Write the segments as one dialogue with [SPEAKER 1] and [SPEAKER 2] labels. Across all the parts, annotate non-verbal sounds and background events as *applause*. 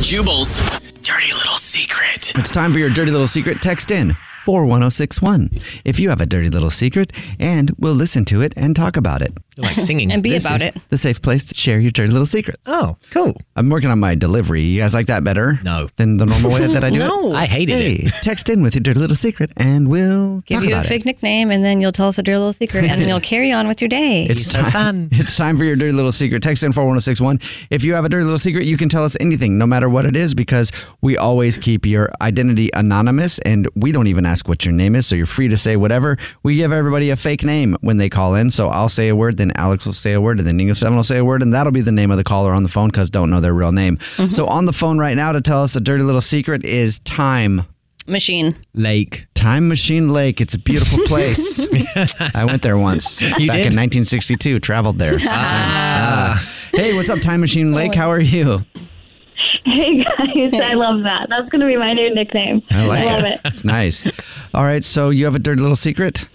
[SPEAKER 1] Jubal's dirty little secret.
[SPEAKER 2] It's time for your dirty little secret. Text in 41061 if you have a dirty little secret, and we'll listen to it and talk about it.
[SPEAKER 3] like singing
[SPEAKER 4] *laughs* And be
[SPEAKER 2] This
[SPEAKER 4] about
[SPEAKER 2] is
[SPEAKER 4] it.
[SPEAKER 2] The safe place to share your dirty little secrets.
[SPEAKER 3] Oh, cool.
[SPEAKER 2] I'm working on my delivery. You guys like that better?
[SPEAKER 3] No.
[SPEAKER 2] Than the normal way that I do it?
[SPEAKER 3] *laughs* No. I hated
[SPEAKER 2] hey,
[SPEAKER 3] it.
[SPEAKER 2] text in with your dirty little secret, and we'll
[SPEAKER 4] Give
[SPEAKER 2] talk
[SPEAKER 4] you a
[SPEAKER 2] about
[SPEAKER 4] fake
[SPEAKER 2] it.
[SPEAKER 4] nickname, and then you'll tell us a dirty little secret, and
[SPEAKER 2] *laughs*
[SPEAKER 4] then you'll carry on with your day.
[SPEAKER 2] It's
[SPEAKER 3] so
[SPEAKER 2] time.
[SPEAKER 3] fun.
[SPEAKER 2] It's time for your dirty little secret. Text in 41061. If you have a dirty little secret, you can tell us anything, no matter what it is, because we always keep your identity anonymous and we don't even ask what your name is. So you're free to say whatever. We give everybody a fake name when they call in. So I'll say a word, then Alex will say a word, and then Ningo Seven will say a word, and that'll be the name of the caller on the phone because don't know their real name. So on the phone right now to tell us a dirty little secret is time.
[SPEAKER 4] Machine.
[SPEAKER 3] Lake.
[SPEAKER 2] Time Machine Lake. It's a beautiful
[SPEAKER 3] *laughs*
[SPEAKER 2] place. I went there once. back in 1962. Traveled there. Ah. Hey, what's up, Time
[SPEAKER 5] Oh,
[SPEAKER 2] Machine Lake? How are you?
[SPEAKER 5] Hey guys, I love that. That's gonna be my new nickname. I, love it.
[SPEAKER 2] It's nice. All right, so you have a dirty little secret?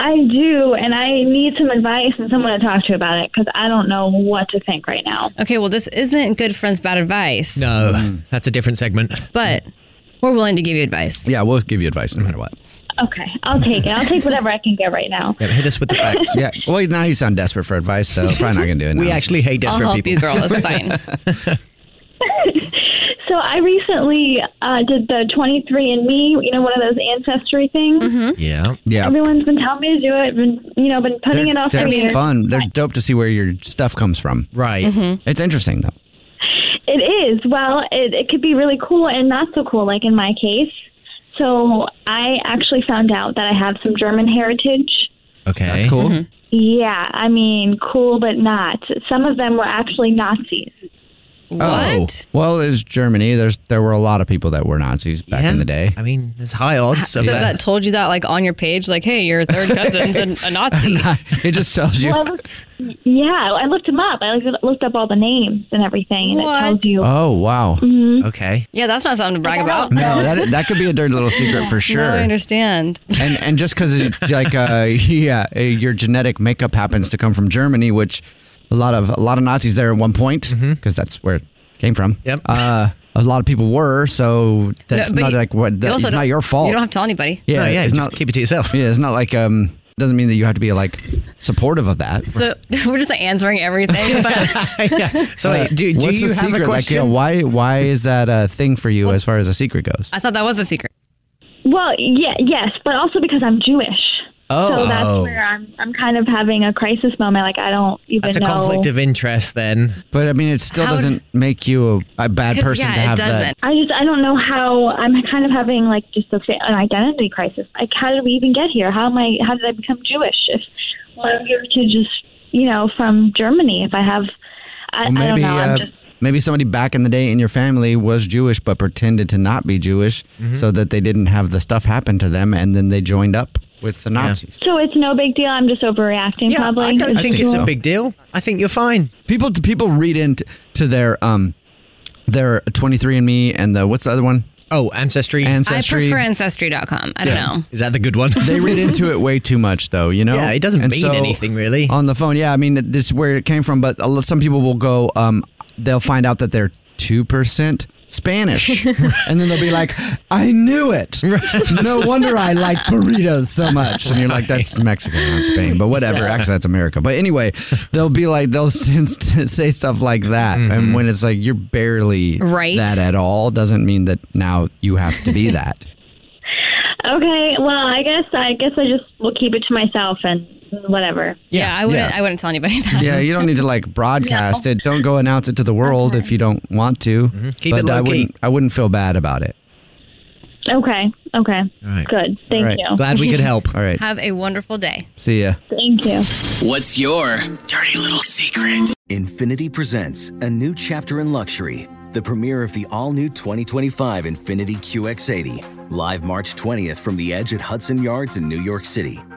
[SPEAKER 5] I do, and I need some advice and someone to talk to about it because I don't know what to think right now.
[SPEAKER 4] Okay, well, this isn't good friends, bad advice.
[SPEAKER 3] No, that's a different segment.
[SPEAKER 4] But we're willing to give you advice.
[SPEAKER 2] Yeah, we'll give you advice no matter what.
[SPEAKER 5] Okay, I'll take it. I'll take whatever I can get right now.
[SPEAKER 3] Yeah, hit us with the
[SPEAKER 4] *laughs*
[SPEAKER 3] facts.
[SPEAKER 2] Yeah. Well, now you sound desperate for advice, so probably not gonna do it.
[SPEAKER 3] We
[SPEAKER 2] now.
[SPEAKER 3] actually hate
[SPEAKER 4] I'll
[SPEAKER 3] desperate
[SPEAKER 4] help
[SPEAKER 3] people.
[SPEAKER 4] you, girl. It's
[SPEAKER 2] *laughs*
[SPEAKER 4] fine.
[SPEAKER 5] So I recently uh, did the 23andMe, you know, one of those ancestry things.
[SPEAKER 3] Mm-hmm. Yeah.
[SPEAKER 2] yeah.
[SPEAKER 5] Everyone's been telling me to do it, been you know, been putting
[SPEAKER 2] They're,
[SPEAKER 5] it off
[SPEAKER 2] they're
[SPEAKER 5] for years.
[SPEAKER 2] fun. They're dope to see where your stuff comes from.
[SPEAKER 3] Right.
[SPEAKER 4] Mm-hmm.
[SPEAKER 2] It's interesting though.
[SPEAKER 5] It is. Well, it, it could be really cool and not so cool, like in my case. So I actually found out that I have some German heritage.
[SPEAKER 3] Okay. Mm-hmm.
[SPEAKER 2] That's cool.
[SPEAKER 5] Yeah, I mean, cool, but not. Some of them were actually Nazis.
[SPEAKER 4] what?
[SPEAKER 2] Oh, well, there's Germany. There's there were a lot of people that were Nazis back
[SPEAKER 3] Yeah.
[SPEAKER 2] in the day. *laughs*
[SPEAKER 3] I mean, there's high odds.
[SPEAKER 4] So
[SPEAKER 3] of
[SPEAKER 4] that told you that, like, on your page, like, hey, your third cousin's a,
[SPEAKER 2] *laughs*
[SPEAKER 4] a Nazi.
[SPEAKER 2] it just tells you.
[SPEAKER 5] Well, I looked, yeah, I looked them up. I looked- looked up all the names and everything, and
[SPEAKER 4] What?
[SPEAKER 5] it tells
[SPEAKER 3] Uh.
[SPEAKER 5] you.
[SPEAKER 2] Oh
[SPEAKER 4] *laughs*
[SPEAKER 2] wow!
[SPEAKER 3] okay.
[SPEAKER 4] Yeah, that's not something to brag about.
[SPEAKER 2] No, that that could be a dirty little secret for sure.
[SPEAKER 4] No, I understand.
[SPEAKER 2] And and just because like uh, *laughs* yeah, uh, your genetic makeup happens to come from Germany, which a lot of a lot of Nazis there at one point because that's where it came from.
[SPEAKER 3] Mm-hmm. Yep.
[SPEAKER 2] Uh, a lot of people were, so that's
[SPEAKER 4] No, but
[SPEAKER 2] not
[SPEAKER 4] you-
[SPEAKER 2] like what.
[SPEAKER 4] you
[SPEAKER 2] That's
[SPEAKER 4] also
[SPEAKER 2] not
[SPEAKER 4] don't-
[SPEAKER 2] your fault.
[SPEAKER 4] You don't have to tell anybody.
[SPEAKER 2] yeah,
[SPEAKER 3] No, Oh, yeah.
[SPEAKER 2] it's
[SPEAKER 3] just
[SPEAKER 2] not.
[SPEAKER 3] keep it to yourself.
[SPEAKER 2] yeah, it's not like um. Doesn't mean that you have to be like supportive of that.
[SPEAKER 4] So *laughs* we're just
[SPEAKER 2] *laughs*
[SPEAKER 4] answering everything. But
[SPEAKER 3] yeah. So,
[SPEAKER 2] Uh,
[SPEAKER 3] wait, do, do
[SPEAKER 2] what's
[SPEAKER 3] you
[SPEAKER 2] the
[SPEAKER 3] have
[SPEAKER 2] secret?
[SPEAKER 3] a question?
[SPEAKER 2] Like, yeah, why why is that a thing for you as far as a secret goes?
[SPEAKER 4] I thought that was a secret.
[SPEAKER 5] Well, yeah, yes, but also because I'm Jewish.
[SPEAKER 2] Oh.
[SPEAKER 5] so that's
[SPEAKER 3] Oh.
[SPEAKER 5] where I'm. I'm kind of having a crisis moment. Like I don't even
[SPEAKER 3] That's a
[SPEAKER 5] know.
[SPEAKER 3] conflict of interest then.
[SPEAKER 2] But I mean, it still
[SPEAKER 4] How-
[SPEAKER 2] doesn't make you a, a bad
[SPEAKER 4] 'Cause,
[SPEAKER 2] person
[SPEAKER 4] yeah,
[SPEAKER 2] to
[SPEAKER 4] it
[SPEAKER 2] have
[SPEAKER 4] doesn't.
[SPEAKER 2] that.
[SPEAKER 5] I just I don't know how I'm kind of having like just a, fa- an identity crisis. Like how did we even get here? How am I? How did I become Jewish? If well, I'm here to just you know from Germany. If I have, I,
[SPEAKER 2] Well,
[SPEAKER 5] I don't
[SPEAKER 2] maybe
[SPEAKER 5] know.
[SPEAKER 2] uh,
[SPEAKER 5] I'm just
[SPEAKER 2] maybe somebody back in the day in your family was Jewish but pretended to not be Jewish so that they didn't have the stuff happen to them, and then they joined up with the Nazis.
[SPEAKER 5] So it's no big deal. I'm just overreacting,
[SPEAKER 3] Yeah,
[SPEAKER 5] probably.
[SPEAKER 3] I don't
[SPEAKER 5] It's
[SPEAKER 3] think, it's
[SPEAKER 5] cool.
[SPEAKER 3] a big deal. I think you're fine.
[SPEAKER 2] People people read into to their um their 23andMe and the what's the other one
[SPEAKER 3] Oh, ancestry.
[SPEAKER 2] ancestry.
[SPEAKER 6] I prefer ancestry.com. I don't know.
[SPEAKER 3] Is that the good one?
[SPEAKER 2] *laughs* they read into it way too much, though. You know,
[SPEAKER 3] Yeah, it doesn't
[SPEAKER 2] And
[SPEAKER 3] mean
[SPEAKER 2] so-
[SPEAKER 3] anything, really.
[SPEAKER 2] On the phone, yeah. I mean, it- this is where it came from, but a lot- some people will go. Um, they'll find out that they're two percent
[SPEAKER 3] *laughs*
[SPEAKER 2] Spanish, and then they'll be like, "I knew it. No wonder I like burritos so much." And you're like, "That's Mexico, not Spain, but whatever. Actually, that's America." But anyway, they'll be like, they'll *laughs* say stuff like that,
[SPEAKER 3] Mm-hmm.
[SPEAKER 2] and when it's like you're barely
[SPEAKER 6] Right.
[SPEAKER 2] that at all, doesn't mean that now you have to be that.
[SPEAKER 5] Okay, well, I guess I guess I just will keep it to myself and whatever.
[SPEAKER 6] Yeah, I wouldn't.
[SPEAKER 2] yeah.
[SPEAKER 6] I wouldn't tell
[SPEAKER 4] *laughs*
[SPEAKER 6] anybody that.
[SPEAKER 2] Yeah, you don't need to like broadcast it. Don't go announce it to the world
[SPEAKER 5] Uh-huh.
[SPEAKER 2] if you don't want to.
[SPEAKER 3] Mm-hmm. Keep
[SPEAKER 2] but
[SPEAKER 3] it
[SPEAKER 2] I
[SPEAKER 3] low-key.
[SPEAKER 2] wouldn't, I wouldn't feel bad about it.
[SPEAKER 5] Okay, okay,
[SPEAKER 3] right.
[SPEAKER 5] good. Thank
[SPEAKER 2] right.
[SPEAKER 5] you.
[SPEAKER 3] Glad we could help.
[SPEAKER 2] All right.
[SPEAKER 6] Have a wonderful day.
[SPEAKER 2] See ya.
[SPEAKER 5] Thank you.
[SPEAKER 1] What's your dirty little secret?
[SPEAKER 7] Infinity presents a new chapter in luxury, the premiere of the all new 2025 Infinity QX80, live March 20th from the edge at Hudson Yards in New York City,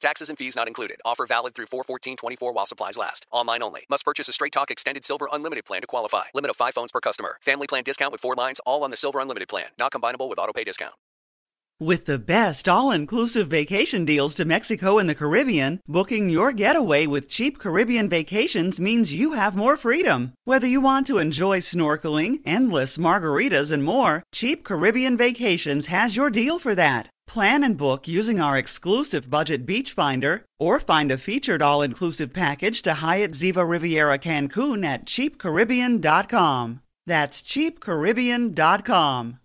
[SPEAKER 8] Taxes and fees not included. Offer valid through 41424 while supplies last. Online only. Must purchase a Straight Talk Extended Silver Unlimited plan to qualify. Limit of 5 phones per customer. Family plan discount with 4 lines all on the Silver Unlimited plan. Not combinable with auto pay discount.
[SPEAKER 9] With the best all inclusive vacation deals to Mexico and the Caribbean, booking your getaway with cheap Caribbean vacations means you have more freedom. Whether you want to enjoy snorkeling, endless margaritas, and more, Cheap Caribbean Vacations has your deal for that. Plan and book using our exclusive budget beach finder or find a featured all inclusive package to Hyatt Ziva Riviera Cancun at cheapcaribbean.com. That's cheapcaribbean.com.